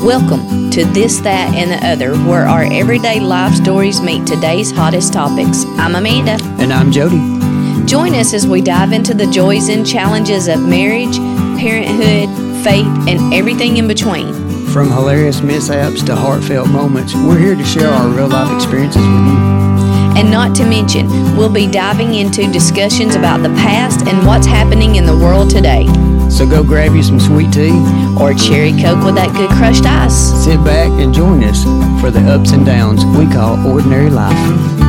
Welcome to This, That, and the Other, where our everyday life stories meet today's hottest topics. I'm Amanda. And I'm Jody. Join us as we dive into the joys and challenges of marriage, parenthood, faith, and everything in between. From hilarious mishaps to heartfelt moments, we're here to share our real life experiences with you. And not to mention, we'll be diving into discussions about the past and what's happening in the world today. So go grab you some sweet tea, Or cherry coke with that good crushed ice. sit back, and join us for the ups and downs we call ordinary life.